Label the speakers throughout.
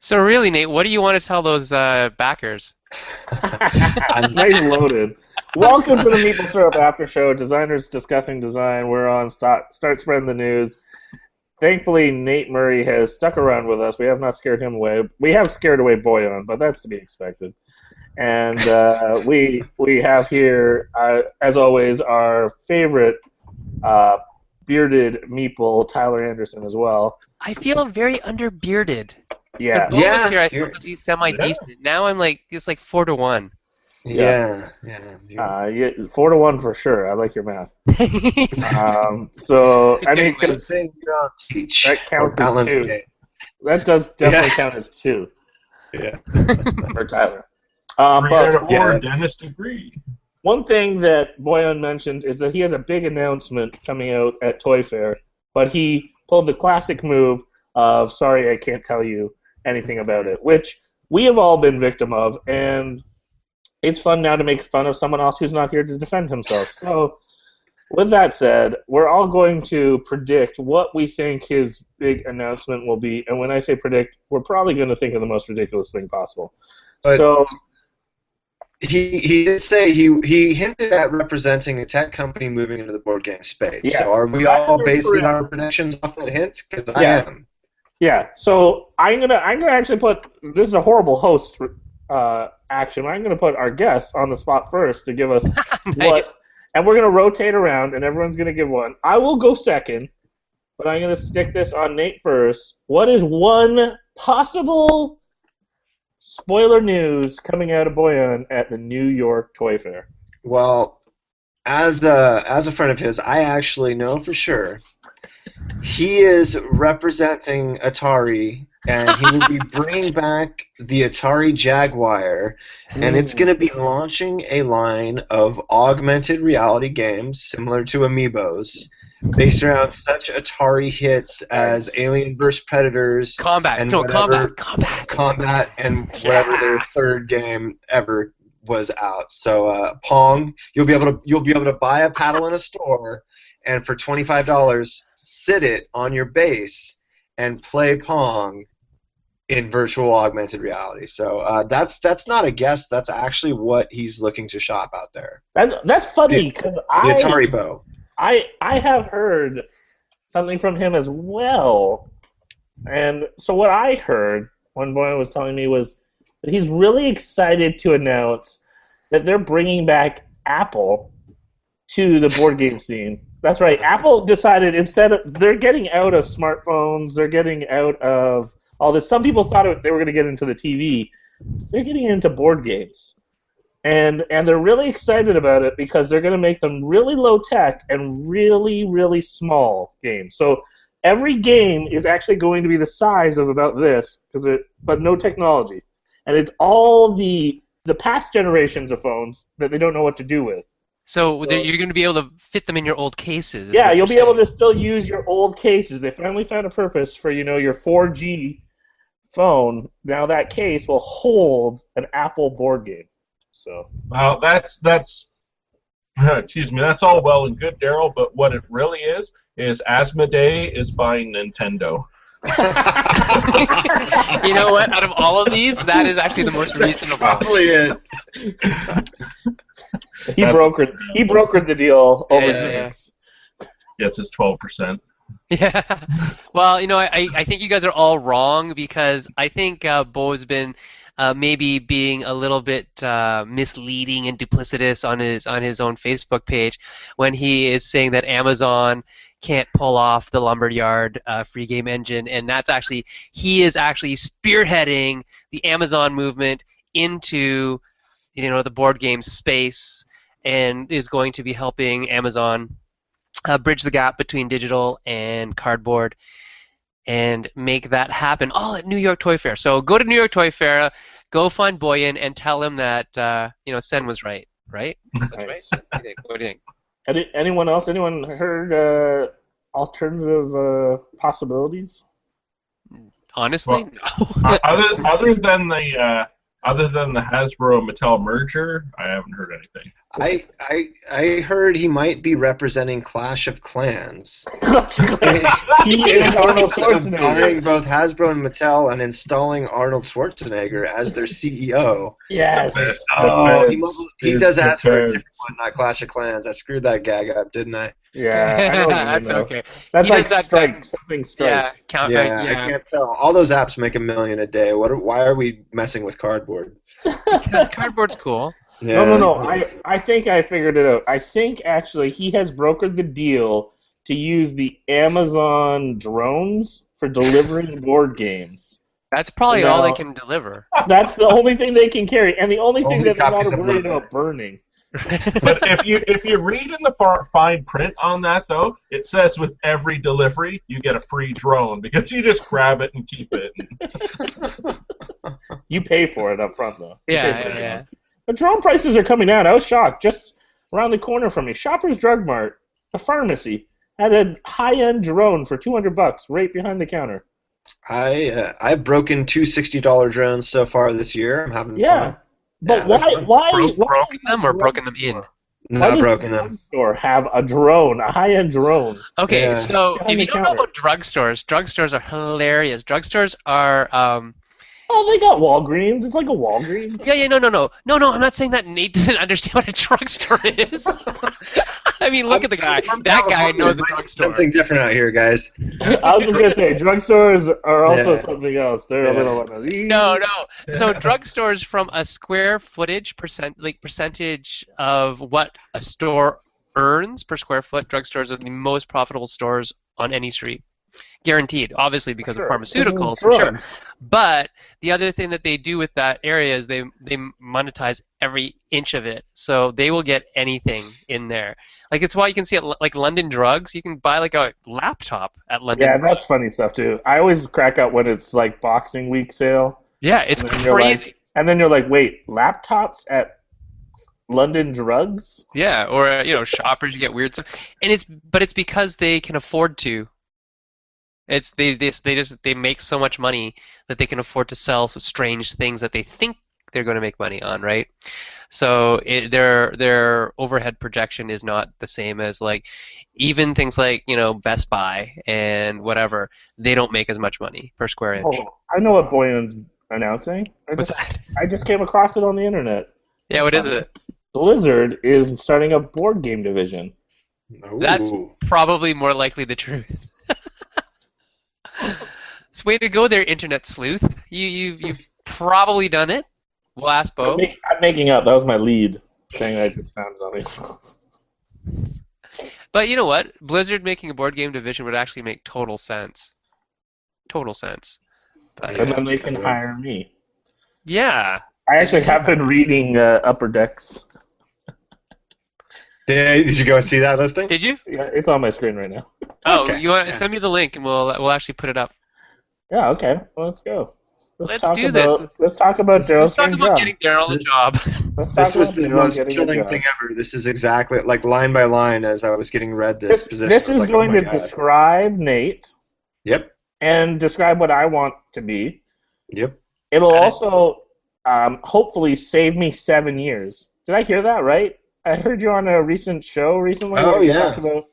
Speaker 1: So really, Nate, what do you want to tell those uh, backers?
Speaker 2: nice loaded. Welcome to the Maple Syrup After Show. Designers discussing design. We're on start, start spreading the news. Thankfully, Nate Murray has stuck around with us. We have not scared him away. We have scared away Boyan, but that's to be expected. And uh, we we have here, uh, as always, our favorite uh, bearded meeple, Tyler Anderson, as well.
Speaker 1: I feel very underbearded.
Speaker 2: Yeah,
Speaker 1: Before I was
Speaker 3: Yeah,
Speaker 1: here, I feel
Speaker 3: you're-
Speaker 1: pretty semi-decent. Now I'm like, it's like four to one.
Speaker 3: Yeah. Yeah.
Speaker 2: uh, yeah, four to one for sure. I like your math.
Speaker 1: yeah,
Speaker 2: Um, so I mean, 'cause
Speaker 3: Thing you're on teach
Speaker 2: That counts
Speaker 3: or
Speaker 2: as
Speaker 3: balance
Speaker 2: two.
Speaker 3: day.
Speaker 2: that does definitely
Speaker 3: Yeah.
Speaker 2: count as two
Speaker 3: Yeah.
Speaker 2: for Tyler. Um,
Speaker 4: Three out
Speaker 2: but
Speaker 4: of
Speaker 2: yeah,
Speaker 4: four, Dennis degree.
Speaker 2: One thing that Boyan mentioned is that he has a big announcement coming out at Toy Fair, but he pulled the classic move of "Sorry, I can't tell you anything about it," which we have all been victim of, and it's fun now to make fun of someone else who's not here to defend himself. So, with that said, we're all going to predict what we think his big announcement will be, and when I say predict, we're probably going to think of the most ridiculous thing possible.
Speaker 3: But-
Speaker 2: so,
Speaker 3: He he did say he he hinted at representing a tech company moving into the board game space.
Speaker 2: Yes.
Speaker 3: So are we
Speaker 2: I
Speaker 3: all
Speaker 2: remember
Speaker 3: basing
Speaker 2: it.
Speaker 3: our predictions off that hint? Because I
Speaker 2: Yeah.
Speaker 3: am.
Speaker 2: Yeah, so I'm gonna I'm gonna actually put this is a horrible host uh, action. I'm gonna put our guest on the spot first to give us what, and we're gonna rotate around, and everyone's gonna give one. I will go second, but I'm gonna stick this on Nate first. What is one possible spoiler news coming out of Boyan at the New York Toy Fair?
Speaker 3: Well, as a as a friend of his, I actually know for sure he is representing Atari, and he will be bringing back the Atari Jaguar, and it's going to be launching a line of augmented reality games similar to Amiibos, based around such Atari hits as Alien vs Predators,
Speaker 1: combat.
Speaker 3: and
Speaker 1: No,
Speaker 3: whatever-
Speaker 1: combat. Combat.
Speaker 3: Combat, and whatever their third game ever was out. So uh, Pong, you'll be able to you'll be able to buy a paddle in a store, and for twenty five dollars, sit it on your base and play Pong in virtual augmented reality. So uh, that's that's not a guess. That's actually what he's looking to shop out there.
Speaker 2: That's that's funny because
Speaker 3: The
Speaker 2: I
Speaker 3: Atari Bow.
Speaker 2: I I have heard something from him as well. And so what I heard when Boyan was telling me was that he's really excited to announce that they're bringing back Apple to the board game scene. That's right. Apple decided instead of they're getting out of smartphones, they're getting out of all this. Some people thought it, they were going to get into the TV. They're getting into board games and and they're really excited about it because they're going to make them really low tech and really really small games. So every game is actually going to be the size of about this because it but no technology, and it's all the the past generations of phones that they don't know what to do with.
Speaker 1: So, there-
Speaker 2: So-
Speaker 1: you're going to be able to fit them in your old cases. is
Speaker 2: yeah,
Speaker 1: what
Speaker 2: you'll be
Speaker 1: you're
Speaker 2: able to
Speaker 1: saying.
Speaker 2: still use your old cases. They finally found a purpose for you know your 4G phone. Now that case will hold an Apple board game. So
Speaker 4: Now that's that's excuse me, that's all well and good, Daryl, but what it really is is Asmodee is buying Nintendo.
Speaker 1: you know what? Out of all of these, that is actually the most reasonable.
Speaker 3: Probably it.
Speaker 2: he brokered he brokered the deal over
Speaker 1: Yeah,
Speaker 2: to
Speaker 1: yeah.
Speaker 2: us.
Speaker 4: Gets his twelve percent.
Speaker 1: Yeah. Well, you know, I, I- I think you guys are all wrong because I think uh, Bo's been uh, maybe being a little bit uh, misleading and duplicitous on his on his own Facebook page when he is saying that Amazon can't pull off the Lumberyard uh, free game engine, and that's actually he is actually spearheading the Amazon movement into you know the board game space and is going to be helping Amazon uh, bridge the gap between digital and cardboard and make that happen all at New York Toy Fair. So go to New York Toy Fair, uh, go find Boyan and tell him that uh, you know Sen was right, right? That's right.
Speaker 2: Nice.
Speaker 1: What do you think? What do you think?
Speaker 2: Any, anyone else? Anyone heard uh, alternative uh, possibilities?
Speaker 1: Honestly,
Speaker 4: O-
Speaker 1: no.
Speaker 4: other other than the uh, other than the Hasbro Mattel merger, I haven't heard anything.
Speaker 3: I I I heard he might be representing Clash of Clans.
Speaker 2: he is Arnold Schwarzenegger.
Speaker 3: Buying both Hasbro and Mattel and installing Arnold Schwarzenegger as their E CEO.
Speaker 2: Yes.
Speaker 3: Oh, he, must- he
Speaker 4: It's
Speaker 3: does
Speaker 4: the
Speaker 3: ask for a
Speaker 4: best.
Speaker 3: different one, not Clash of Clans. I screwed that gag up, didn't I?
Speaker 2: Yeah. I don't even
Speaker 1: that's
Speaker 2: know.
Speaker 1: okay.
Speaker 2: That's
Speaker 1: He
Speaker 2: like
Speaker 1: does that
Speaker 2: strike.
Speaker 1: thing.
Speaker 2: Something strike.
Speaker 1: Yeah, count
Speaker 3: yeah,
Speaker 1: right.
Speaker 3: I
Speaker 1: Yeah,
Speaker 3: can't tell. All those apps make a million a day. What? Are, why are we messing with cardboard?
Speaker 1: because cardboard's cool.
Speaker 3: Yeah,
Speaker 2: no, no, no. I,
Speaker 3: it's-
Speaker 2: I think I figured it out. I think actually he has brokered the deal to use the Amazon drones for delivering board games.
Speaker 1: That's probably all they
Speaker 2: No.
Speaker 1: can deliver.
Speaker 2: That's the only thing they can carry, and the only thing
Speaker 3: Only
Speaker 2: that they're
Speaker 3: copies
Speaker 2: not
Speaker 3: of
Speaker 2: worried
Speaker 3: Luther.
Speaker 2: about burning.
Speaker 4: but if you if you read in the far, fine print on that though, it says with every delivery you get a free drone because you just grab it and keep it.
Speaker 2: You pay for it up front, though. You pay
Speaker 1: Yeah,
Speaker 2: for
Speaker 1: yeah,
Speaker 2: it.
Speaker 1: yeah.
Speaker 2: The drone prices are coming down. I was shocked. Just around the corner from me, Shoppers Drug Mart, the pharmacy, had a high-end drone for 200 bucks right behind the counter.
Speaker 3: I uh, I've broken two sixty dollar drones so far this year. I'm having
Speaker 2: Yeah.
Speaker 3: fun.
Speaker 2: But
Speaker 3: Yeah,
Speaker 2: why,
Speaker 3: there's
Speaker 2: why,
Speaker 1: Broke,
Speaker 2: why
Speaker 1: broken them or broken them in?
Speaker 2: Why
Speaker 3: Not
Speaker 2: does
Speaker 3: broken
Speaker 2: the
Speaker 3: them.
Speaker 2: Store have a drone, a high-end drone.
Speaker 1: Okay,
Speaker 3: Yeah.
Speaker 1: so if
Speaker 2: Behind the
Speaker 1: you don't know
Speaker 2: counter.
Speaker 1: about drugstores, drugstores are hilarious. Drugstores are um,
Speaker 2: Oh, they got Walgreens. It's like a Walgreens.
Speaker 1: Yeah, yeah, no, no, no, no, no. I'm not saying that Nate doesn't understand what a drugstore is. I mean, look at the guy.
Speaker 3: I'm from
Speaker 1: That guy
Speaker 3: California.
Speaker 1: knows a
Speaker 3: Might be
Speaker 1: drugstore.
Speaker 3: Something different out here, guys.
Speaker 2: I was just gonna say drugstores are also
Speaker 3: Yeah.
Speaker 2: something else. They're a
Speaker 3: Yeah.
Speaker 2: little like
Speaker 1: No, no. So drugstores, from a square footage percent, like percentage of what a store earns per square foot, drugstores are the most profitable stores on any street, guaranteed. Obviously, because of pharmaceuticals, for sure. But the other thing that they do with that area is they they monetize every inch of it. So they will get anything in there. Like it's why you can see it like London Drugs. You can buy like a laptop at London.
Speaker 2: Yeah,
Speaker 1: Drugs.
Speaker 2: that's funny stuff too. I always crack up when it's like Boxing Week sale,
Speaker 1: yeah, it's
Speaker 2: And then you're like-
Speaker 1: crazy.
Speaker 2: and then you're like, wait, laptops at London Drugs?
Speaker 1: Yeah, or uh, you know, shoppers you get weird stuff, and it's but it's because they can afford to. It's they they they just they make so much money that they can afford to sell some strange things that they think they're going to make money on, right? So it, their their overhead projection is not the same as like even things like you know Best Buy and whatever they don't make as much money per square inch.
Speaker 2: Oh, I know what Boyan's announcing. I
Speaker 1: What's
Speaker 2: just,
Speaker 1: that?
Speaker 2: I just came across it on the internet.
Speaker 1: Yeah, what is it?
Speaker 2: Blizzard is starting a board game division.
Speaker 1: That's-
Speaker 3: Ooh.
Speaker 1: Probably more likely the truth. it's way to go there, internet sleuth. You you you've probably done it. We'll ask
Speaker 2: I'm,
Speaker 1: Bo.
Speaker 2: make- I'm making up. That was my lead, saying I just found it on
Speaker 1: But you know what? Blizzard making a board game division would actually make total sense. Total sense. But,
Speaker 2: And then they can hire me.
Speaker 1: yeah.
Speaker 2: I actually have been reading uh, Upper Decks.
Speaker 3: Yeah, did you go see that listing?
Speaker 1: Did you?
Speaker 2: Yeah, it's on my screen right now.
Speaker 1: Oh,
Speaker 3: Okay,
Speaker 1: you want
Speaker 3: yeah.
Speaker 1: send me the link and we'll we'll actually put it up.
Speaker 2: Yeah, okay. Well, let's go.
Speaker 1: Let's do this.
Speaker 2: about- Let's talk about
Speaker 1: Let's
Speaker 2: Daryl's
Speaker 1: talk
Speaker 2: dream
Speaker 1: about
Speaker 2: job.
Speaker 1: getting Daryl a
Speaker 3: This-
Speaker 1: job.
Speaker 2: Let's talk
Speaker 3: This was
Speaker 2: about
Speaker 3: the
Speaker 2: Daryl
Speaker 3: most
Speaker 2: getting a
Speaker 3: chilling
Speaker 2: job.
Speaker 3: thing ever. This is exactly like line by line as I was getting read this,
Speaker 2: This,
Speaker 3: position.
Speaker 2: this
Speaker 3: I was
Speaker 2: is
Speaker 3: like, oh
Speaker 2: going
Speaker 3: my
Speaker 2: to
Speaker 3: God.
Speaker 2: describe Nate
Speaker 3: Yep,
Speaker 2: and describe what I want to be.
Speaker 3: yep.
Speaker 2: It'll
Speaker 1: Got it.
Speaker 2: also um, hopefully save me seven years. Did I hear that right? I heard you on a recent show recently.
Speaker 3: Oh,
Speaker 2: where you
Speaker 3: yeah.
Speaker 2: talked about-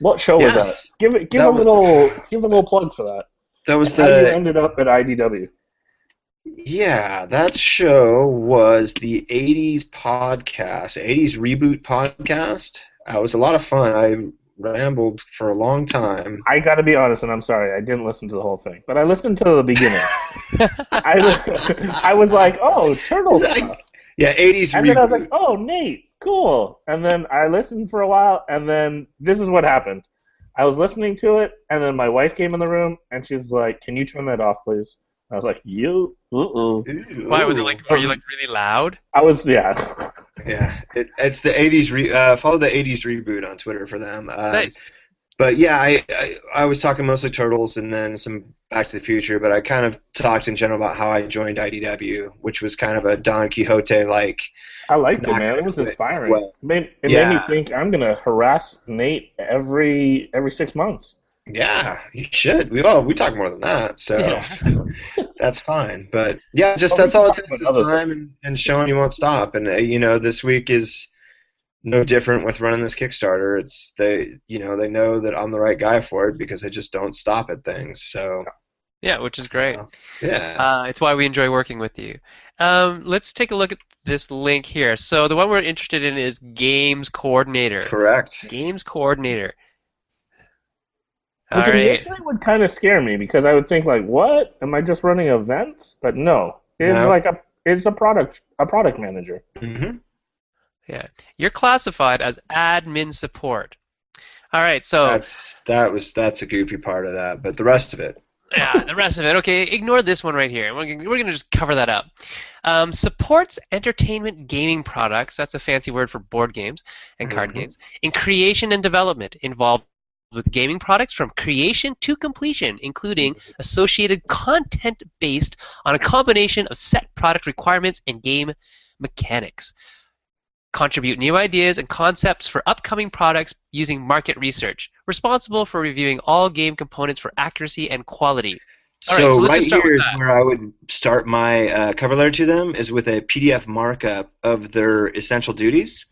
Speaker 2: what show was that?
Speaker 3: Yes,
Speaker 2: Give it, give
Speaker 3: That
Speaker 2: a
Speaker 3: was-
Speaker 2: little, give a little plug for that.
Speaker 3: that was
Speaker 2: How you
Speaker 3: the
Speaker 2: ended up at IDW?
Speaker 3: Yeah, that show was the 80s podcast, 80s reboot podcast. Uh, it was a lot of fun. I rambled for a long time.
Speaker 2: I got to be honest, and I'm sorry, I didn't listen to the whole thing, but I listened to the beginning. I, was- I was like, oh, turtle
Speaker 3: It's like-
Speaker 2: stuff,
Speaker 3: Yeah, 80s
Speaker 2: and
Speaker 3: reboot.
Speaker 2: then I was like, oh, Nate, cool. And then I listened for a while, and then this is what happened. I was listening to it, and then my wife came in the room, and she's like, "Can you turn that off, please?" I was like, "You, uh-uh.
Speaker 3: Ooh.
Speaker 1: Why was it like were you like really loud?
Speaker 2: I was, yeah.
Speaker 3: Yeah, it, it's the 80s re- uh, follow the 80s reboot on Twitter for them. Um,
Speaker 1: nice.
Speaker 3: But yeah, I, I I was talking mostly turtles and then some Back to the Future, but I kind of talked in general about how I joined IDW, which was kind of a Don Quixote like
Speaker 2: I liked it,
Speaker 3: Not
Speaker 2: man. It was
Speaker 3: gonna do it.
Speaker 2: inspiring.
Speaker 3: Well,
Speaker 2: it made, it made me
Speaker 3: yeah.
Speaker 2: think I'm gonna harass Nate every every six months.
Speaker 3: Yeah, you should. We all we talk more than that, so that's fine. But yeah, just
Speaker 2: Well, we
Speaker 3: that's all
Speaker 2: can
Speaker 3: it takes
Speaker 2: talk
Speaker 3: is
Speaker 2: about other
Speaker 3: time and, and showing you won't stop. And uh, you know, this week is no different with running this Kickstarter. It's they, you know, they know that I'm the right guy for it because they just don't stop at things. So
Speaker 1: Yeah, which is great.
Speaker 3: yeah,
Speaker 1: Uh, it's why we enjoy working with you. Um, let's take a look at this link here. So the one we're interested in is games coordinator.
Speaker 3: correct.
Speaker 1: Games coordinator. All
Speaker 2: Which
Speaker 1: right.
Speaker 2: initially would kind of scare me because I would think like, "What? Am I just running events?" But no, it's
Speaker 3: No.
Speaker 2: like a it's a product a product manager.
Speaker 3: hmm
Speaker 1: You're classified as admin support. All right. So
Speaker 3: That's that was that's a goofy part of that, but the rest of it.
Speaker 1: yeah, the rest of it. Okay, ignore this one right here. We're, gonna- we're going to just cover that up. Um, supports entertainment gaming products. That's a fancy word for board games and card
Speaker 3: Mhm.
Speaker 1: games. In creation and development, involved with gaming products from creation to completion, including associated content based on a combination of set product requirements and game mechanics. Contribute new ideas and concepts for upcoming products using market research. Responsible for reviewing all game components for accuracy and quality. All right,
Speaker 3: so,
Speaker 1: so let's
Speaker 3: right
Speaker 1: just start
Speaker 3: here
Speaker 1: with
Speaker 3: is
Speaker 1: that.
Speaker 3: where I would start my uh, cover letter to them is with a PDF markup of their essential duties,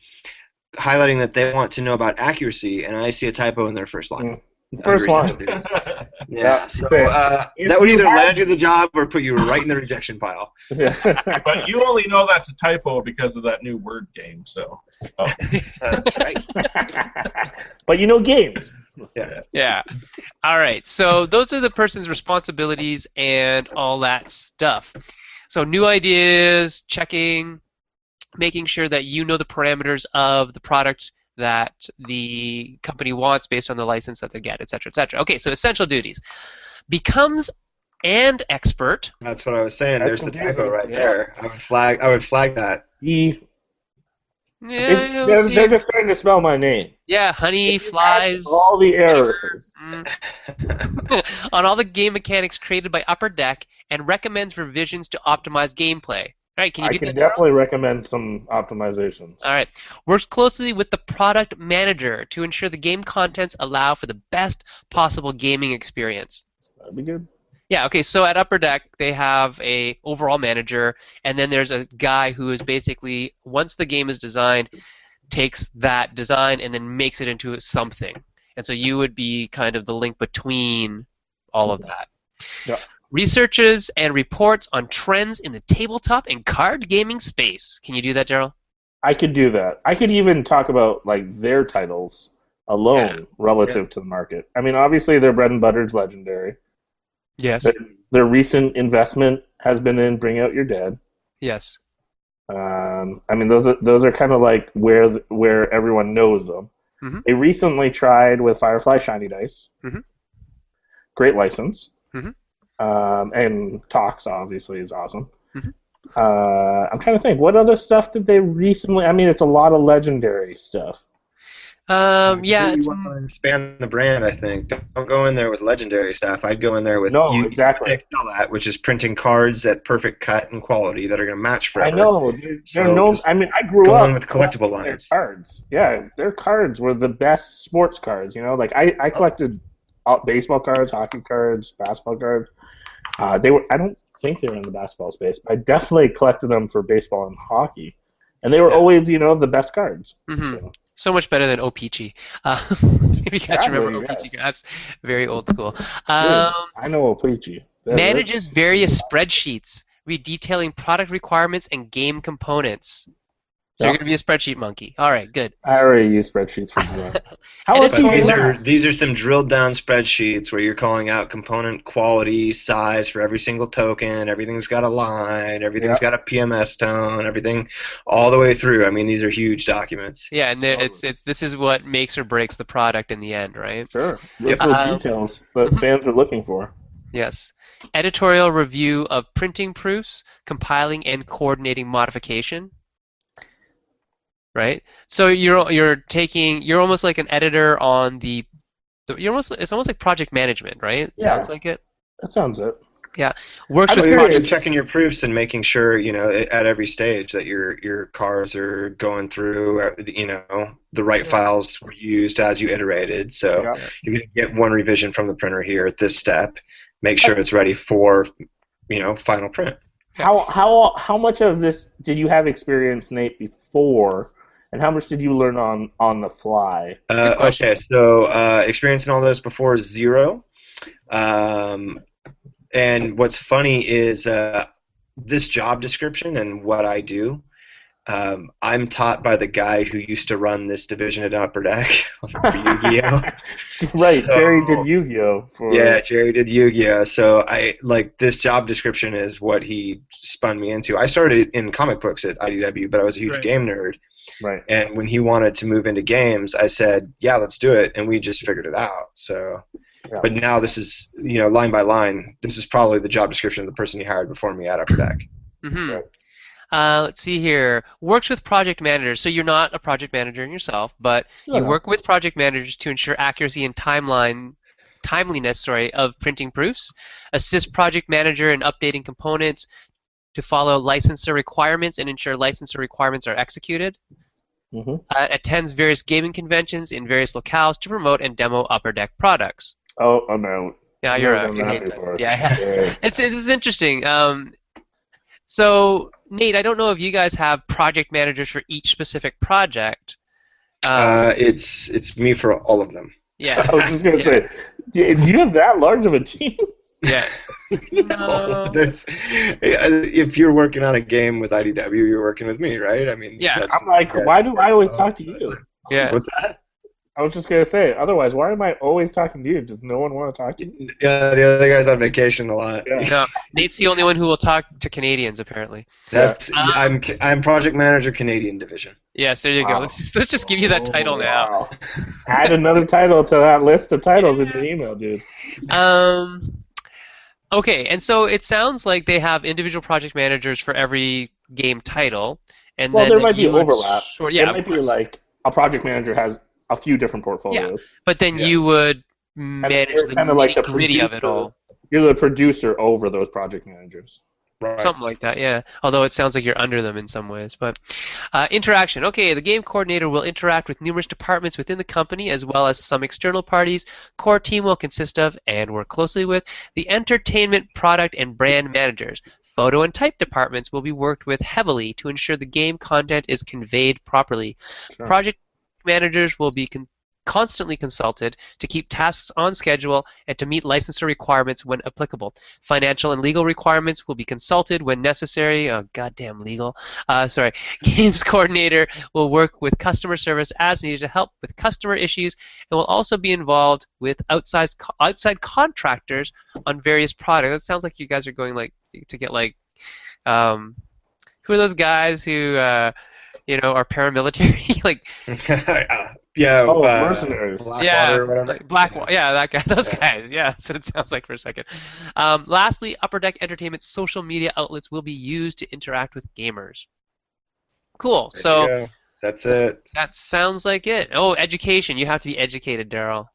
Speaker 3: highlighting that they want to know about accuracy, and I see a typo in their first line.
Speaker 2: The Mm, First
Speaker 3: Under
Speaker 2: one.
Speaker 3: essential duties. Yeah.
Speaker 2: Yeah.
Speaker 3: So
Speaker 2: Okay.
Speaker 3: uh,
Speaker 2: If
Speaker 3: that would
Speaker 2: you
Speaker 3: either
Speaker 2: had-
Speaker 3: land you the job or put you right in the rejection pile.
Speaker 4: but you only know that's a typo because of that new word game. So
Speaker 3: That's right.
Speaker 2: but you know games.
Speaker 1: Yeah. All right. So those are the person's responsibilities and all that stuff. So new ideas, checking, making sure that you know the parameters of the product that the company wants based on the license that they get, et cetera, et cetera. Okay. So essential duties becomes and expert.
Speaker 3: That's what I was saying.
Speaker 2: That's
Speaker 3: There's the
Speaker 2: confusing.
Speaker 3: typo right
Speaker 2: Yeah.
Speaker 3: there. I would flag. I would flag that.
Speaker 2: Ye-
Speaker 1: Yeah,
Speaker 2: It's,
Speaker 1: we'll
Speaker 2: they're,
Speaker 1: see.
Speaker 2: they're just starting to smell my name.
Speaker 1: yeah honey,
Speaker 2: If you add
Speaker 1: flies.
Speaker 2: All the errors.
Speaker 1: Mm. on all the game mechanics created by Upper Deck and recommends revisions to optimize gameplay. All right, can you
Speaker 2: I
Speaker 1: do
Speaker 2: can
Speaker 1: that? Daryl?
Speaker 2: definitely recommend some optimizations.
Speaker 1: All right. Works closely with the product manager to ensure the game contents allow for the best possible gaming experience.
Speaker 2: That'd be good.
Speaker 1: Yeah, okay, so at Upper Deck they have a overall manager and then there's a guy who is basically once the game is designed takes that design and then makes it into something. And so you would be kind of the link between all of that.
Speaker 2: Mm-hmm. Yeah.
Speaker 1: Researches and reports on trends in the tabletop and card gaming space. Can you do that, Daryl?
Speaker 2: I could do that. I could even talk about like their titles alone relative to the market. I mean, obviously their bread and butter is legendary.
Speaker 1: Yes.
Speaker 2: But- Their recent investment has been in Bring Out Your Dead.
Speaker 1: Yes.
Speaker 2: Um, I mean, those are those are kind of like where th- where everyone knows them.
Speaker 1: Mhm.
Speaker 2: They recently tried with Firefly Shiny Dice.
Speaker 1: Mhm.
Speaker 2: Great license.
Speaker 1: Mhm.
Speaker 2: Um, and Tox obviously is awesome.
Speaker 1: Mhm.
Speaker 2: Uh, I'm trying to think. What other stuff did they recently? I mean, it's a lot of legendary stuff.
Speaker 1: Um, yeah,
Speaker 3: You
Speaker 1: it's
Speaker 3: want to expand the brand. I think don't go in there with legendary stuff. I'd go in there with
Speaker 2: No,
Speaker 3: you,
Speaker 2: exactly.
Speaker 3: excel at, which is printing cards at perfect cut and quality that are going to match forever.
Speaker 2: I know. They're,
Speaker 3: So
Speaker 2: they're known.
Speaker 3: just
Speaker 2: I mean, I grew
Speaker 3: Go
Speaker 2: up
Speaker 3: in with collectible
Speaker 2: their
Speaker 3: lines.
Speaker 2: cards. Yeah, their cards were the best sports cards. You know, like I,
Speaker 3: Oh.
Speaker 2: I collected all- baseball cards, hockey cards, basketball cards. Uh, they were. I don't think they were in the basketball space. But I definitely collected them for baseball and hockey, and they were
Speaker 4: Yeah.
Speaker 2: always, you know, the best cards.
Speaker 1: Mhm.
Speaker 2: So,
Speaker 1: So much better than OPG. Uh, if you guys
Speaker 2: Exactly,
Speaker 1: remember OPG,
Speaker 2: yes.
Speaker 1: that's very old school. Um,
Speaker 2: I know Opeachy. They're-
Speaker 1: manages various spreadsheets, redetailing product requirements and game components. So you're
Speaker 2: Yeah.
Speaker 1: going to be a spreadsheet monkey. All right, good.
Speaker 2: I already use spreadsheets for design. How
Speaker 1: And
Speaker 2: is
Speaker 1: if
Speaker 3: But
Speaker 2: he?
Speaker 1: you-
Speaker 3: these are
Speaker 2: left?
Speaker 3: these are some drilled down spreadsheets where you're calling out component quality, size for every single token. Everything's got a line. everything's got a PMS tone. Everything, all the way through. I mean, these are huge documents.
Speaker 1: Yeah, and there, it's it's this is what makes or breaks the product in the end, right?
Speaker 2: Sure. Those are
Speaker 1: Um,
Speaker 2: the details that fans are looking for.
Speaker 1: Yes. Editorial review of printing proofs, compiling and coordinating modification. Right? So you're you're taking you're almost like an editor on the you're almost it's almost like project management, right? It
Speaker 2: Yeah.
Speaker 1: Sounds like it.
Speaker 2: That sounds it.
Speaker 1: Works
Speaker 2: I'm
Speaker 1: with
Speaker 3: Well, you're
Speaker 1: project
Speaker 2: curious.
Speaker 3: checking your proofs and making sure you know at every stage that your your cars are going through uh, you know the right
Speaker 1: Yeah.
Speaker 3: files were used as you iterated. So
Speaker 2: Yeah.
Speaker 3: you're going to get one revision from the printer here at this step. Make sure it's ready for you know final print.
Speaker 2: How how how much of this did you have experience, Nate, before And how much did you learn on on the fly?
Speaker 3: Uh,
Speaker 1: question.
Speaker 3: okay, so uh, experiencing all this before is zero. Um, and what's funny is uh, this job description and what I do. Um, I'm taught by the guy who used to run this division at Upper Deck for Yu-Gi-Oh.
Speaker 2: right,
Speaker 3: So-
Speaker 2: Jerry did Yu-Gi-Oh for
Speaker 3: Yeah, Jerry did Yu-Gi-Oh. So I like this job description is what he spun me into. I started in comic books at IDW, but I was a huge
Speaker 4: Right.
Speaker 3: game nerd.
Speaker 2: right.
Speaker 3: And when he wanted to move into games, I said, "Yeah, let's do it." And we just figured it out. So,
Speaker 2: Yeah.
Speaker 3: but now this is you know line by line. This is probably the job description of the person he hired before me at Upper Deck.
Speaker 1: hmm
Speaker 2: Right.
Speaker 1: Uh, let's see here. Works with project managers. So you're not a project manager in yourself, but
Speaker 2: No,
Speaker 1: you
Speaker 2: no.
Speaker 1: work with project managers to ensure accuracy and timeline timeliness, sorry, of printing proofs. Assist project manager in updating components to follow licensor requirements and ensure licensor requirements are executed.
Speaker 2: Mhm.
Speaker 1: Uh, attends various gaming conventions in various locales to promote and demo Upper Deck products.
Speaker 2: Oh, oh no.
Speaker 1: Now you're
Speaker 2: No,
Speaker 1: a,
Speaker 2: I'm
Speaker 1: you
Speaker 2: not
Speaker 1: hate that.
Speaker 2: before.
Speaker 1: Yeah. It's this is interesting. Um, so Nate, I don't know if you guys have project managers for each specific project.
Speaker 2: Oh.
Speaker 1: Um,
Speaker 3: Uh, it's it's me for all of them.
Speaker 1: yeah,
Speaker 2: I was just gonna say, do do you have that large of a team?
Speaker 1: yeah. No.
Speaker 3: There's- uh, if you're working on a game with IDW, you're working with me, right? I mean,
Speaker 1: Yeah.
Speaker 3: that's-
Speaker 2: I'm like,
Speaker 3: that's-
Speaker 2: why do I
Speaker 3: Oh,
Speaker 2: always talk to you?
Speaker 1: Yeah.
Speaker 3: What's that?
Speaker 2: I was just gonna say, otherwise, why am I always talking to you? Does no one want to talk to you?
Speaker 3: Yeah, the other guy's on vacation a lot.
Speaker 2: Yeah.
Speaker 1: No, Nate's the only one who will talk to Canadians apparently.
Speaker 3: That's
Speaker 1: Um,
Speaker 2: Uh-huh.
Speaker 3: I'm I'm project manager Canadian division.
Speaker 1: Yes, there you go.
Speaker 2: Wow. Oh,
Speaker 1: Let's just, let's just give you that title now.
Speaker 2: Wow. Add another title to that list of titles in the email, dude.
Speaker 1: Um, okay, and so it sounds like they have individual project managers for every game title, and
Speaker 2: Well,
Speaker 1: then
Speaker 2: there might be
Speaker 1: you would
Speaker 2: overlap.
Speaker 1: sort- yeah,
Speaker 2: it
Speaker 1: of
Speaker 2: might be
Speaker 1: course.
Speaker 2: like a project manager has a few different portfolios.
Speaker 1: but then
Speaker 3: Yeah.
Speaker 1: you would manage
Speaker 2: you're
Speaker 1: the
Speaker 2: kinda like the
Speaker 1: nitty-gritty of it
Speaker 2: producer.
Speaker 1: all.
Speaker 2: You're the producer over those project managers.
Speaker 3: Right.
Speaker 1: Something like that, yeah. Although it sounds like you're under them in some ways. But uh, interaction. Okay, the game coordinator will interact with numerous departments within the company as well as some external parties. Core team will consist of and work closely with the entertainment, product, and brand managers. Photo and type departments will be worked with heavily to ensure the game content is conveyed properly.
Speaker 2: Sure.
Speaker 1: Project managers will be con- constantly consulted to keep tasks on schedule and to meet licensor requirements when applicable. Financial and legal requirements will be consulted when necessary. Oh, goddamn legal. Uh, sorry. Games coordinator will work with customer service as needed to help with customer issues and will also be involved with outside, outside contractors on various products. It sounds like you guys are going like to get like, um, who are those guys who, uh, you know, are paramilitary? like
Speaker 3: yeah.
Speaker 2: Oh,
Speaker 3: uh,
Speaker 2: mercenaries.
Speaker 3: Blackwater
Speaker 1: Yeah,
Speaker 3: or whatever.
Speaker 1: Like Black, yeah, that guy, those
Speaker 3: Yeah.
Speaker 1: guys, yeah. That's what it sounds like for a second. Um, lastly, Upper Deck Entertainment's social media outlets will be used to interact with gamers. Cool.
Speaker 3: There
Speaker 1: So
Speaker 3: you go. that's it.
Speaker 1: that sounds like it. Oh, education. You have to be educated, Daryl.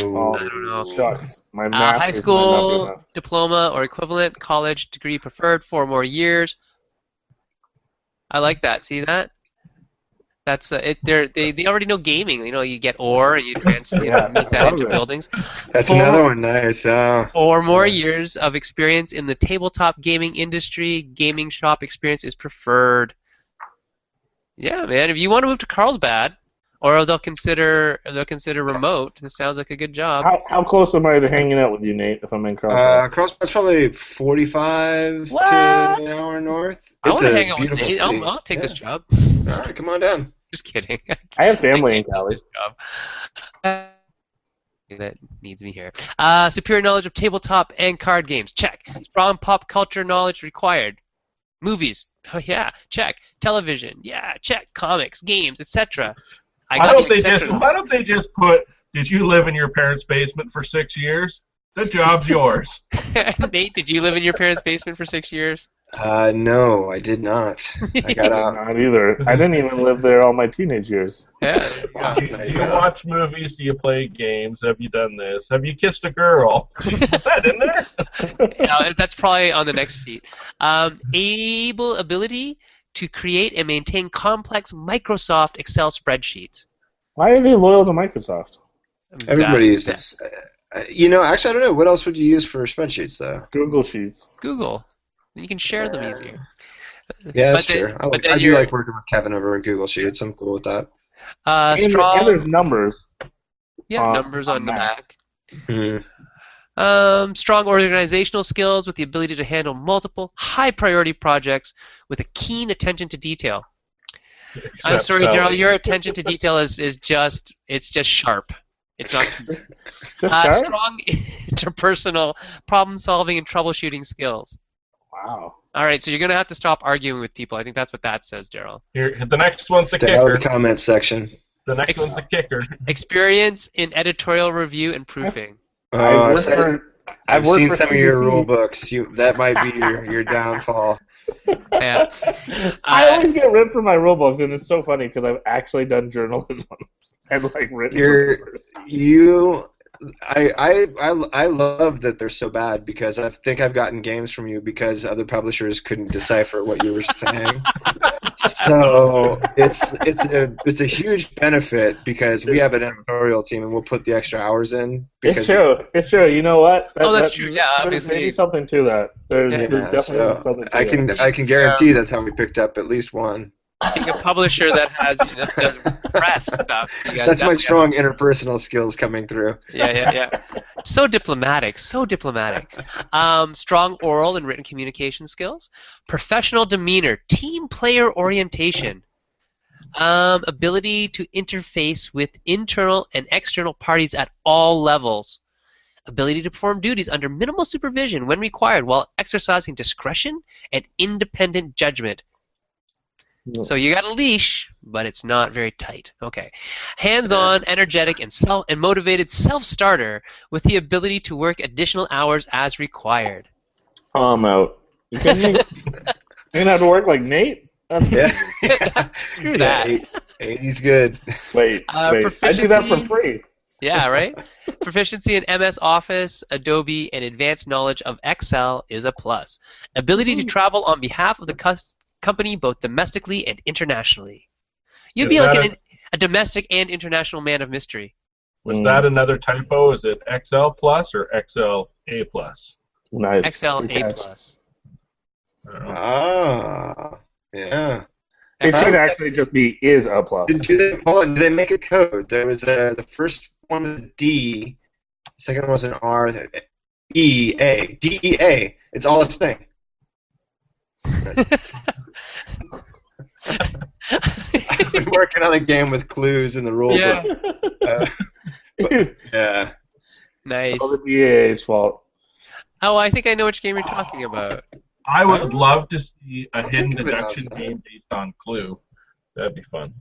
Speaker 2: Oh,
Speaker 1: I don't know.
Speaker 2: shucks. My
Speaker 1: Uh,
Speaker 2: master's
Speaker 1: high
Speaker 2: might not be
Speaker 1: school
Speaker 2: enough.
Speaker 1: diploma or equivalent, college degree preferred, four more years. I like that. See that? That's uh, it. They're, they they already know gaming. You know, you get ore and you advance, you know,
Speaker 2: Yeah,
Speaker 1: make
Speaker 2: I
Speaker 1: that
Speaker 2: love
Speaker 1: into
Speaker 2: it.
Speaker 1: buildings.
Speaker 3: That's
Speaker 1: Four-
Speaker 3: another one. Nice. Oh.
Speaker 1: or more
Speaker 2: Yeah.
Speaker 1: years of experience in the tabletop gaming industry. Gaming shop experience is preferred. Yeah, man. If you want to move to Carlsbad, or they'll consider they'll consider remote. This sounds like a good job.
Speaker 2: How, how close am I to hanging out with you, Nate, if I'm in
Speaker 3: Uh,
Speaker 2: Carlsbad?
Speaker 3: Crossbow's probably 45
Speaker 1: What?
Speaker 3: to an hour north.
Speaker 1: I
Speaker 3: It's
Speaker 1: want to
Speaker 3: a
Speaker 1: hang out with
Speaker 3: beautiful
Speaker 1: Nate. I'll,
Speaker 3: city.
Speaker 1: I'll take this
Speaker 3: Yeah.
Speaker 1: job.
Speaker 3: All right, come on down.
Speaker 1: Just kidding.
Speaker 2: I have family
Speaker 1: I
Speaker 2: in
Speaker 1: can't do
Speaker 2: Cali.
Speaker 1: this job. Uh, That needs me here. Uh, superior knowledge of tabletop and card games. Check. Strong pop culture knowledge required. Movies. Oh yeah. Check. Television. Yeah. Check. Comics. Games. Etc.
Speaker 4: Why
Speaker 1: got
Speaker 4: don't
Speaker 1: the
Speaker 4: they just
Speaker 1: etc.
Speaker 4: Why don't they just put? Did you live in your parents' basement for six years? The job's yours.
Speaker 1: Nate, did you live in your parents' basement for six years?
Speaker 3: Uh, no, I did not. I got out.
Speaker 2: Not either. I didn't even live there all my teenage years.
Speaker 1: Yeah.
Speaker 3: Wow.
Speaker 4: Do, do you watch movies? Do you play games? Have you done this? Have you kissed a girl? Is that in there?
Speaker 1: Now, that's probably on the next sheet. Um, able ability to create and maintain complex Microsoft Excel spreadsheets.
Speaker 2: Why are they loyal to Microsoft?
Speaker 3: Everybody
Speaker 1: That-
Speaker 3: uses. Uh, you know, actually, I don't know. What else would you use for spreadsheets, though?
Speaker 2: Google Sheets.
Speaker 1: Google. Then you can share them
Speaker 3: Yeah.
Speaker 1: easier.
Speaker 3: Yeah, that's
Speaker 1: But then-
Speaker 3: true. I,
Speaker 1: but
Speaker 3: like,
Speaker 1: then
Speaker 3: I do
Speaker 1: you're-
Speaker 3: like working with Kevin over Google Sheets. I'm cool with that.
Speaker 1: Uh,
Speaker 2: and, and there's
Speaker 1: strong,
Speaker 2: numbers.
Speaker 1: yeah,
Speaker 2: uh,
Speaker 1: numbers on
Speaker 2: on
Speaker 1: the
Speaker 2: Mac.
Speaker 1: Mac.
Speaker 3: Hmm.
Speaker 1: Um, strong organizational skills with the ability to handle multiple high priority projects with a keen attention to detail. I'm
Speaker 4: Except
Speaker 1: sorry,
Speaker 4: spelling.
Speaker 1: Daryl, your attention to detail is, is just it's just sharp. It's not
Speaker 2: Just
Speaker 1: uh,
Speaker 2: sharp?
Speaker 1: strong interpersonal problem solving and troubleshooting skills.
Speaker 2: Wow.
Speaker 1: All right, so you're gonna have to stop arguing with people. I think that's what that says, Daryl.
Speaker 4: Here, the next one's the
Speaker 3: Stay out
Speaker 4: kicker.
Speaker 3: of Mm. the comment section.
Speaker 4: The next
Speaker 1: Ex-
Speaker 4: one's the kicker.
Speaker 1: Experience in editorial review and proofing.
Speaker 3: Oh,
Speaker 2: I
Speaker 3: I've,
Speaker 2: work
Speaker 3: said-
Speaker 2: for, I've
Speaker 3: I've
Speaker 2: worked
Speaker 3: seen
Speaker 2: for
Speaker 3: some of your
Speaker 2: CBC.
Speaker 3: rule books. You, that might be your, your downfall.
Speaker 1: Yeah.
Speaker 2: I
Speaker 1: Uh,
Speaker 2: always get ripped for my rule books, and it's so funny because I've actually done journalism. I've like written
Speaker 3: You're-
Speaker 2: papers.
Speaker 3: You, I, I, I, I love that they're so bad because I think I've gotten games from you because other publishers couldn't decipher what you were saying. so it's it's a it's a huge benefit because we have an editorial team and we'll put the extra hours in. Because
Speaker 2: It's true. It's true. You know what? That-
Speaker 1: Oh, that's
Speaker 2: that-
Speaker 1: true. Yeah,
Speaker 2: There's
Speaker 1: obviously.
Speaker 2: maybe something to that. There's,
Speaker 1: Yeah,
Speaker 2: there's
Speaker 3: Yeah,
Speaker 2: definitely
Speaker 3: so
Speaker 2: something to
Speaker 3: I
Speaker 2: that.
Speaker 3: can I can guarantee that's how we picked up at least one.
Speaker 1: being a publisher that has you know, does press stuff. You guys
Speaker 3: That's my
Speaker 1: definitely-
Speaker 3: strong interpersonal skills coming through.
Speaker 1: Yeah, yeah, yeah. So diplomatic, so diplomatic. Um, strong oral and written communication skills, professional demeanor, team player orientation, um, ability to interface with internal and external parties at all levels, ability to perform duties under minimal supervision when required while exercising discretion and independent judgment. So you got a leash, but it's not very tight. Okay. Hands-on, energetic, and self and motivated self-starter with the ability to work additional hours as required.
Speaker 2: Oh, I'm out. You kidding me? You're gonna have to work like Nate. That's
Speaker 3: Yeah.
Speaker 1: Screw that.
Speaker 3: Yeah, eight- 80's good.
Speaker 2: Wait,
Speaker 1: Uh,
Speaker 2: wait. I do that for
Speaker 1: proficiency.
Speaker 2: free.
Speaker 1: Yeah, right? Proficiency in MS Office, Adobe, and advanced knowledge of Excel is a plus. Ability to travel on behalf of the cus- company both domestically and internationally. You'd
Speaker 4: Is
Speaker 1: be like
Speaker 4: that
Speaker 1: an, a domestic and international man of mystery.
Speaker 4: Was
Speaker 2: Mm.
Speaker 4: that another typo? Is it XL plus or XL A plus?
Speaker 2: Nice.
Speaker 1: Excel
Speaker 2: Good
Speaker 1: A
Speaker 2: catch.
Speaker 1: plus.
Speaker 4: I don't know.
Speaker 3: Ah. Yeah.
Speaker 2: It
Speaker 1: Excel-
Speaker 2: should actually just be is a plus.
Speaker 3: Did, do they, hold on, did they make a code? There was a, the first one was a D, the second one was an R, the- E, A. D, E, A. It's all a thing. I've been working on a game with clues in the rule
Speaker 1: Yeah.
Speaker 3: book. Uh,
Speaker 2: it's
Speaker 3: yeah.
Speaker 1: nice.
Speaker 2: all the DA's fault.
Speaker 1: Oh, I think I know which game you're talking about.
Speaker 4: I would love to see a
Speaker 3: I'll
Speaker 4: hidden
Speaker 3: think of it
Speaker 4: deduction
Speaker 3: outside.
Speaker 4: game based on Clue. That'd be fun.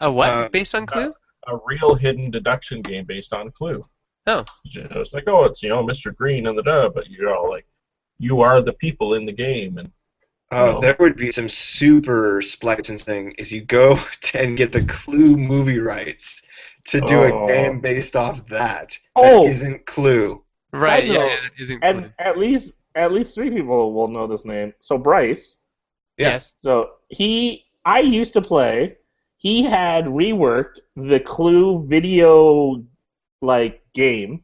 Speaker 1: A what?
Speaker 3: Uh,
Speaker 1: Based on Clue?
Speaker 4: A real hidden deduction game based on Clue.
Speaker 1: Oh.
Speaker 4: You know, it's like, oh, it's you know Mr. Green and the duh, but you're all like, you are the people in the game, and
Speaker 3: Oh,
Speaker 4: Oh.
Speaker 3: there would be some super splicing thing is you go to, and get the Clue movie rights to do
Speaker 2: Oh.
Speaker 3: a game based off that.
Speaker 2: Oh.
Speaker 3: That isn't Clue.
Speaker 1: right, yeah,
Speaker 2: note,
Speaker 1: yeah, that isn't Clue.
Speaker 2: And at least at least three people will know this name. So Bryce.
Speaker 3: yeah.
Speaker 1: Yes.
Speaker 2: So he I used to play. He had reworked the Clue video like game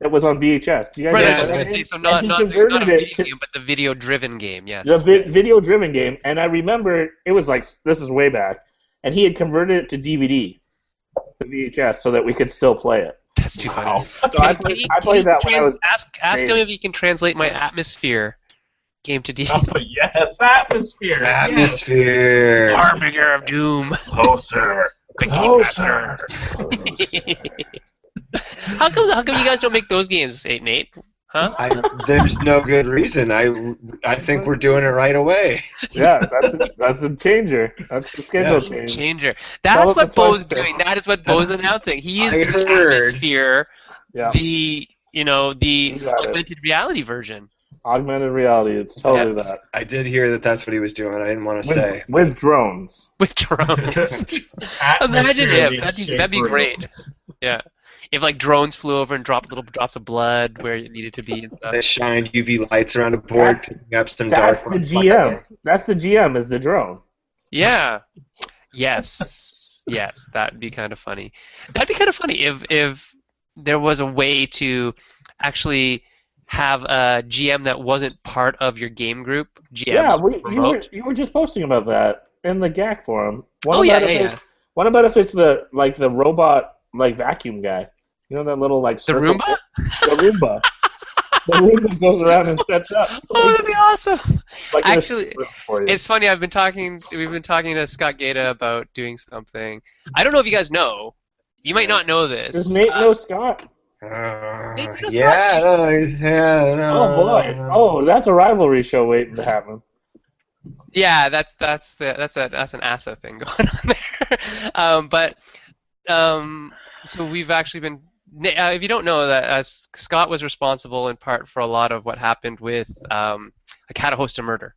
Speaker 2: that was on VHS. Do you
Speaker 1: Right,
Speaker 2: guys
Speaker 1: I
Speaker 2: remember
Speaker 1: was just
Speaker 2: that
Speaker 1: going to say,
Speaker 2: game?
Speaker 1: so
Speaker 2: And
Speaker 1: not,
Speaker 2: he
Speaker 1: not, not a
Speaker 2: converted it
Speaker 1: video
Speaker 2: to-
Speaker 1: game, but the video driven game, yes.
Speaker 2: the vi- video driven game and i remember it was like this is way back and he had converted it to dvd to vhs so that we could still play it
Speaker 1: That's too funny.
Speaker 4: wow.
Speaker 2: so i played, I played that when i was
Speaker 1: ask, ask him
Speaker 2: dating.
Speaker 1: if he can translate my atmosphere game to D.
Speaker 4: Oh, yes, atmosphere. yes.
Speaker 3: Atmosphere.
Speaker 1: Harbinger of Doom.
Speaker 4: Closer. Closer.
Speaker 1: How come, how come you guys don't make those games, 8 and 8? Huh?
Speaker 3: I, there's no good reason. I, I think we're doing it right away.
Speaker 2: yeah that's that's the changer that's the schedule
Speaker 3: Yeah.
Speaker 2: change
Speaker 1: Changer.
Speaker 2: Tell
Speaker 1: That's
Speaker 2: us
Speaker 1: what
Speaker 2: the
Speaker 1: Bo's
Speaker 2: topic.
Speaker 1: doing. That is what Bo's announcing. He is
Speaker 3: I
Speaker 1: doing
Speaker 3: heard.
Speaker 1: atmosphere,
Speaker 2: yeah
Speaker 1: the you know the
Speaker 2: You got it.
Speaker 1: augmented reality version.
Speaker 2: augmented reality it's totally
Speaker 3: Yes,
Speaker 2: that
Speaker 3: I did hear that that's what he was doing. I didn't want to
Speaker 2: with,
Speaker 3: say.
Speaker 2: with drones
Speaker 1: with drones. Imagine
Speaker 4: Atmosphere,
Speaker 1: if that'd be,
Speaker 4: the
Speaker 1: that'd be
Speaker 4: escape
Speaker 1: great. Yeah, if like drones flew over and dropped little drops of blood where it needed to be and
Speaker 3: They
Speaker 1: stuff.
Speaker 3: shined UV lights around a board,
Speaker 2: That-
Speaker 3: picking up some
Speaker 2: that's
Speaker 3: dark
Speaker 2: the
Speaker 3: ones.
Speaker 2: gm that's the gm is the drone
Speaker 1: Yeah. Yes. Yes, that'd be kind of funny. That'd be kind of funny if if there was a way to actually have a GM that wasn't part of your game group. GM
Speaker 2: yeah, we, you, were,
Speaker 1: remote.
Speaker 2: you were just posting about that in the GAC forum. What
Speaker 1: Oh, yeah,
Speaker 2: about if
Speaker 1: yeah,
Speaker 2: it's- What about if it's the like the robot like vacuum guy? You know that little like
Speaker 1: the
Speaker 2: circle-
Speaker 1: Roomba.
Speaker 2: The Roomba. the Roomba goes around and sets up.
Speaker 1: Oh, that'd be awesome.
Speaker 2: Like in a
Speaker 1: Actually,
Speaker 2: circle for you.
Speaker 1: It's funny. I've been talking. We've been talking to Scott Gata about doing something. I don't know if you guys know. You might not know this.
Speaker 2: Does Nate
Speaker 1: Uh,
Speaker 2: know Scott?
Speaker 3: Uh,
Speaker 1: They just
Speaker 3: yeah, no, he's- yeah, no,
Speaker 2: Oh boy!
Speaker 3: no, no.
Speaker 2: Oh, that's a rivalry show waiting to happen.
Speaker 1: Yeah, that's that's the that's a that's an ASA thing going on there. Um, but um, so we've actually been. Na- Uh, if you don't know that, uh, S- Scott was responsible in part for a lot of what happened with um, a cat a host of murder,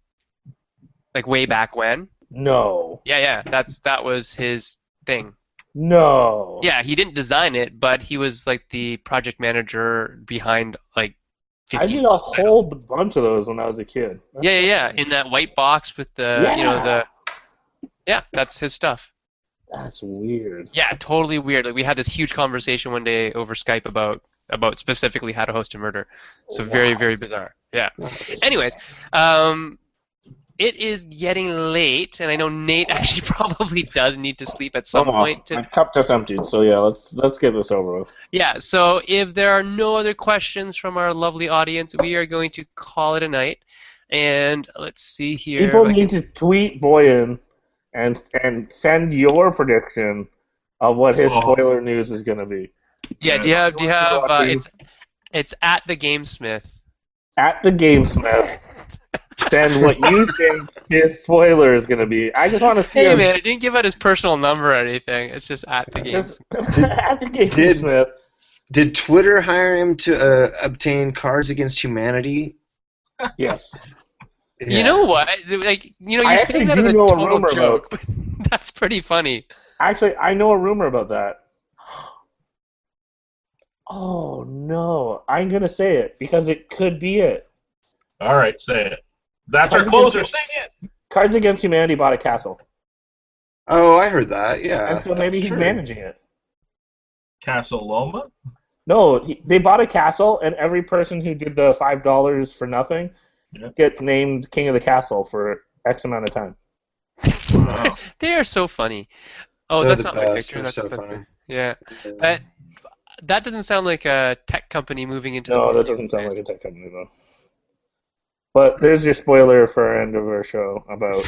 Speaker 1: like way back when.
Speaker 2: No,
Speaker 1: Yeah, yeah, that's that was his thing.
Speaker 2: no.
Speaker 1: Yeah, he didn't design it, but he was like the project manager behind like.
Speaker 2: I
Speaker 1: 15
Speaker 2: did a
Speaker 1: titles.
Speaker 2: whole bunch of those when I was a kid.
Speaker 1: Yeah, yeah, yeah. In that white box with the, you know, the. Yeah, that's his stuff.
Speaker 2: That's weird.
Speaker 1: Yeah, totally weird. Like we had this huge conversation one day over Skype about about specifically how to host a murder. So very,
Speaker 2: Oh, Wow.
Speaker 1: very bizarre. Yeah. Anyways, um, it is getting late, and I know Nate actually probably does need to sleep at some
Speaker 2: Come on.
Speaker 1: point. To,
Speaker 2: My cup just emptied, so yeah, let's let's get this over with.
Speaker 1: yeah. So if there are no other questions from our lovely audience, we are going to call it a night. And let's see here.
Speaker 2: People
Speaker 1: like-
Speaker 2: need to tweet Boyan and and send your prediction of what his
Speaker 4: Oh.
Speaker 2: spoiler news is going to be
Speaker 1: Yeah,
Speaker 4: Yeah,
Speaker 1: do you have do you
Speaker 4: you
Speaker 1: have
Speaker 4: want to go
Speaker 1: uh,
Speaker 4: after you?
Speaker 1: it's it's at the Gamesmith.
Speaker 2: at the Gamesmith. send what you think his spoiler is going to be. I just want to see
Speaker 1: Hey
Speaker 2: him
Speaker 1: man, I didn't give out his personal number or anything. It's just at the Gamesmith.
Speaker 2: just at the Gamesmith.
Speaker 3: Did Twitter hire him to uh, obtain Cards Against Humanity?
Speaker 2: Yes.
Speaker 3: Yeah.
Speaker 1: You know what? Like you know,
Speaker 2: I
Speaker 1: you're saying
Speaker 2: actually
Speaker 1: that
Speaker 2: do
Speaker 1: as a
Speaker 2: know a
Speaker 1: total
Speaker 2: rumor
Speaker 1: joke, but that's pretty funny.
Speaker 2: Actually, I know a rumor about that. Oh no! I'm gonna say it because it could be it.
Speaker 4: All right, say it. That's our
Speaker 2: Cards
Speaker 4: closer.
Speaker 2: Against-
Speaker 4: Sing it.
Speaker 2: Cards Against Humanity bought a castle,
Speaker 3: Oh, I heard that. Yeah.
Speaker 2: and so maybe
Speaker 3: that's
Speaker 2: he's
Speaker 3: true.
Speaker 2: managing it.
Speaker 4: Castle Loma.
Speaker 2: No, he, they bought a castle, and every person who did the five dollars for nothing
Speaker 4: Yeah.
Speaker 2: gets named king of the castle for X amount of time.
Speaker 4: Wow.
Speaker 1: They are so funny. Oh,
Speaker 3: They're
Speaker 1: that's
Speaker 3: the
Speaker 1: not my
Speaker 3: best.
Speaker 1: picture.
Speaker 3: They're
Speaker 1: That's,
Speaker 3: so
Speaker 1: that's the-
Speaker 3: funny.
Speaker 1: yeah. But that doesn't sound like a tech company moving into the
Speaker 2: No,
Speaker 1: board
Speaker 2: that doesn't sound like a tech company though. But there's your spoiler for end of our show about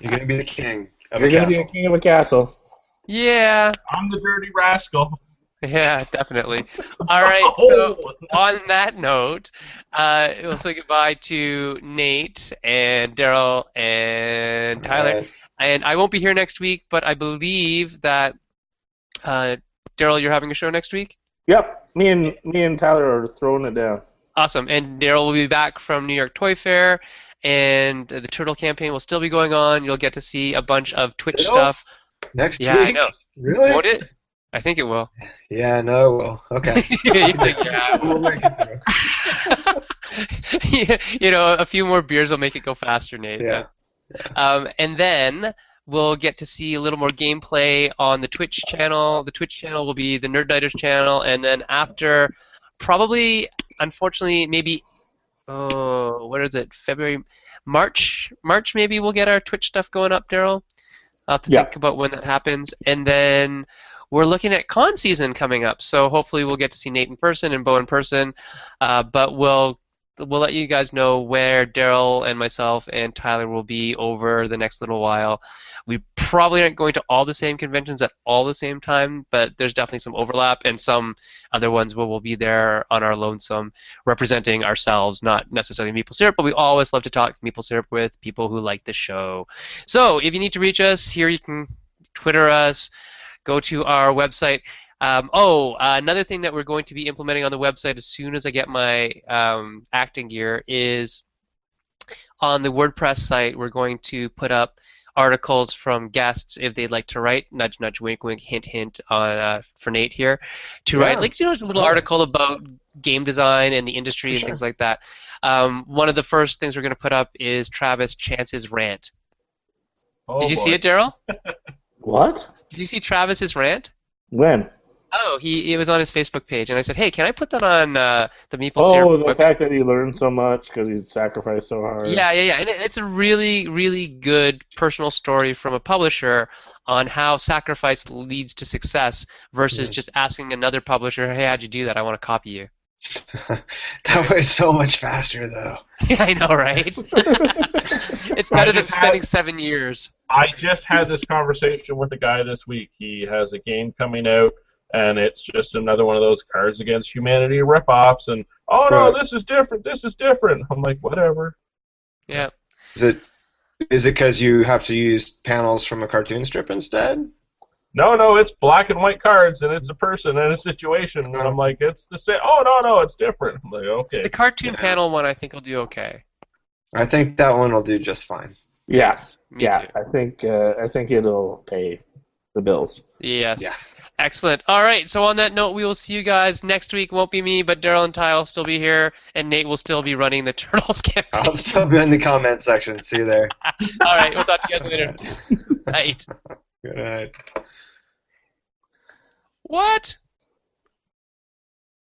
Speaker 3: You're gonna be the king of
Speaker 2: you're
Speaker 3: a
Speaker 2: gonna be
Speaker 3: castle.
Speaker 2: a king of a castle.
Speaker 1: yeah.
Speaker 4: I'm the dirty rascal.
Speaker 1: Yeah, definitely. All right. So on that note, uh, we'll say goodbye to Nate and Daryl and Tyler.
Speaker 3: Alright.
Speaker 1: And I won't be here next week, but I believe that uh, Daryl, you're having a show next week.
Speaker 2: Yep, me and me and Tyler are throwing it down.
Speaker 1: Awesome. And Daryl will be back from New York Toy Fair, and the Turtle campaign will still be going on. You'll get to see a bunch of Twitch
Speaker 3: Daryl?
Speaker 1: stuff.
Speaker 3: Uh, Next
Speaker 1: Yeah,
Speaker 3: week.
Speaker 1: I know.
Speaker 3: Really?
Speaker 1: Won't it? I think it will.
Speaker 3: Yeah, no. Well, okay.
Speaker 1: You think, yeah, it will.
Speaker 3: We'll make it through.
Speaker 1: you know, a few more beers will make it go faster, Nate.
Speaker 3: Yeah.
Speaker 1: Um, and then we'll get to see a little more gameplay on the Twitch channel. The Twitch channel will be the Nerddigers channel, and then after, probably, unfortunately, maybe, oh, what is it? February, March, March maybe we'll get our Twitch stuff going up, Daryl. I'll have to
Speaker 2: Yeah.
Speaker 1: think about when that happens, and then. We're looking at con season coming up, so hopefully we'll get to see Nate in person and Bo in person. Uh, but we'll we'll let you guys know where Daryl and myself and Tyler will be over the next little while. We probably aren't going to all the same conventions at all the same time, but there's definitely some overlap and some other ones where we'll be there on our lonesome representing ourselves, not necessarily Maple Syrup, but we always love to talk Maple Syrup with people who like the show. So if you need to reach us, here you can Twitter us, go to our website. Um, oh, uh, another thing that we're going to be implementing on the website as soon as I get my um, acting gear is on the WordPress site, we're going to put up articles from guests if they'd like to write. Nudge, nudge, wink, wink, hint, hint on, uh, for Nate here to
Speaker 3: Yeah.
Speaker 1: write. Like, you know, there's a little
Speaker 3: Yeah.
Speaker 1: article about game design and the industry and
Speaker 3: Sure.
Speaker 1: things like that. Um, one of the first things we're going to put up is Travis Chance's rant.
Speaker 4: Oh,
Speaker 1: Did you see
Speaker 4: boy.
Speaker 1: it, Daryl?
Speaker 2: What?
Speaker 1: Did you see Travis's rant?
Speaker 2: When?
Speaker 1: Oh, he it was on his Facebook page, and I said, "Hey, can I put that on uh, the Meeple Syrup?"
Speaker 2: Oh, the
Speaker 1: web-
Speaker 2: fact that he learned so much because he sacrificed so hard.
Speaker 1: Yeah, yeah, yeah. And it, it's a really, really good personal story from a publisher on how sacrifice leads to success versus just asking another publisher, "Hey, how'd you do that? I want to copy you."
Speaker 3: that way so much faster though.
Speaker 1: yeah, I know, right? it's
Speaker 4: I
Speaker 1: better than
Speaker 4: just had-
Speaker 1: spending seven years.
Speaker 4: I just had this conversation with a guy this week. He has a game coming out, and it's just another one of those Cards Against Humanity ripoffs. And oh no,
Speaker 3: Right.
Speaker 4: this is different. This is different. I'm like, whatever.
Speaker 1: Yeah.
Speaker 3: Is it is it because you have to use panels from a cartoon strip instead?
Speaker 4: No, no, it's black and white cards, and it's a person and a situation. And I'm like, it's the same. Oh no, no, it's different. I'm like,
Speaker 1: The
Speaker 4: okay.
Speaker 1: cartoon
Speaker 3: Yeah.
Speaker 1: panel one, I think, will do okay.
Speaker 3: I think that one will do just fine.
Speaker 2: yeah,
Speaker 1: Me
Speaker 2: yeah.
Speaker 1: too.
Speaker 2: I think uh, I think it'll pay the bills.
Speaker 1: Yes.
Speaker 3: Yeah.
Speaker 1: Excellent. All right. So on that note, we will see you guys next week. Won't be me, but Daryl and Ty will still be here, and Nate will still be running the Turtles campaign.
Speaker 3: I'll still be in the comment section. See you there.
Speaker 1: All right. We'll talk to you guys later. Night.
Speaker 3: Good night.
Speaker 1: What?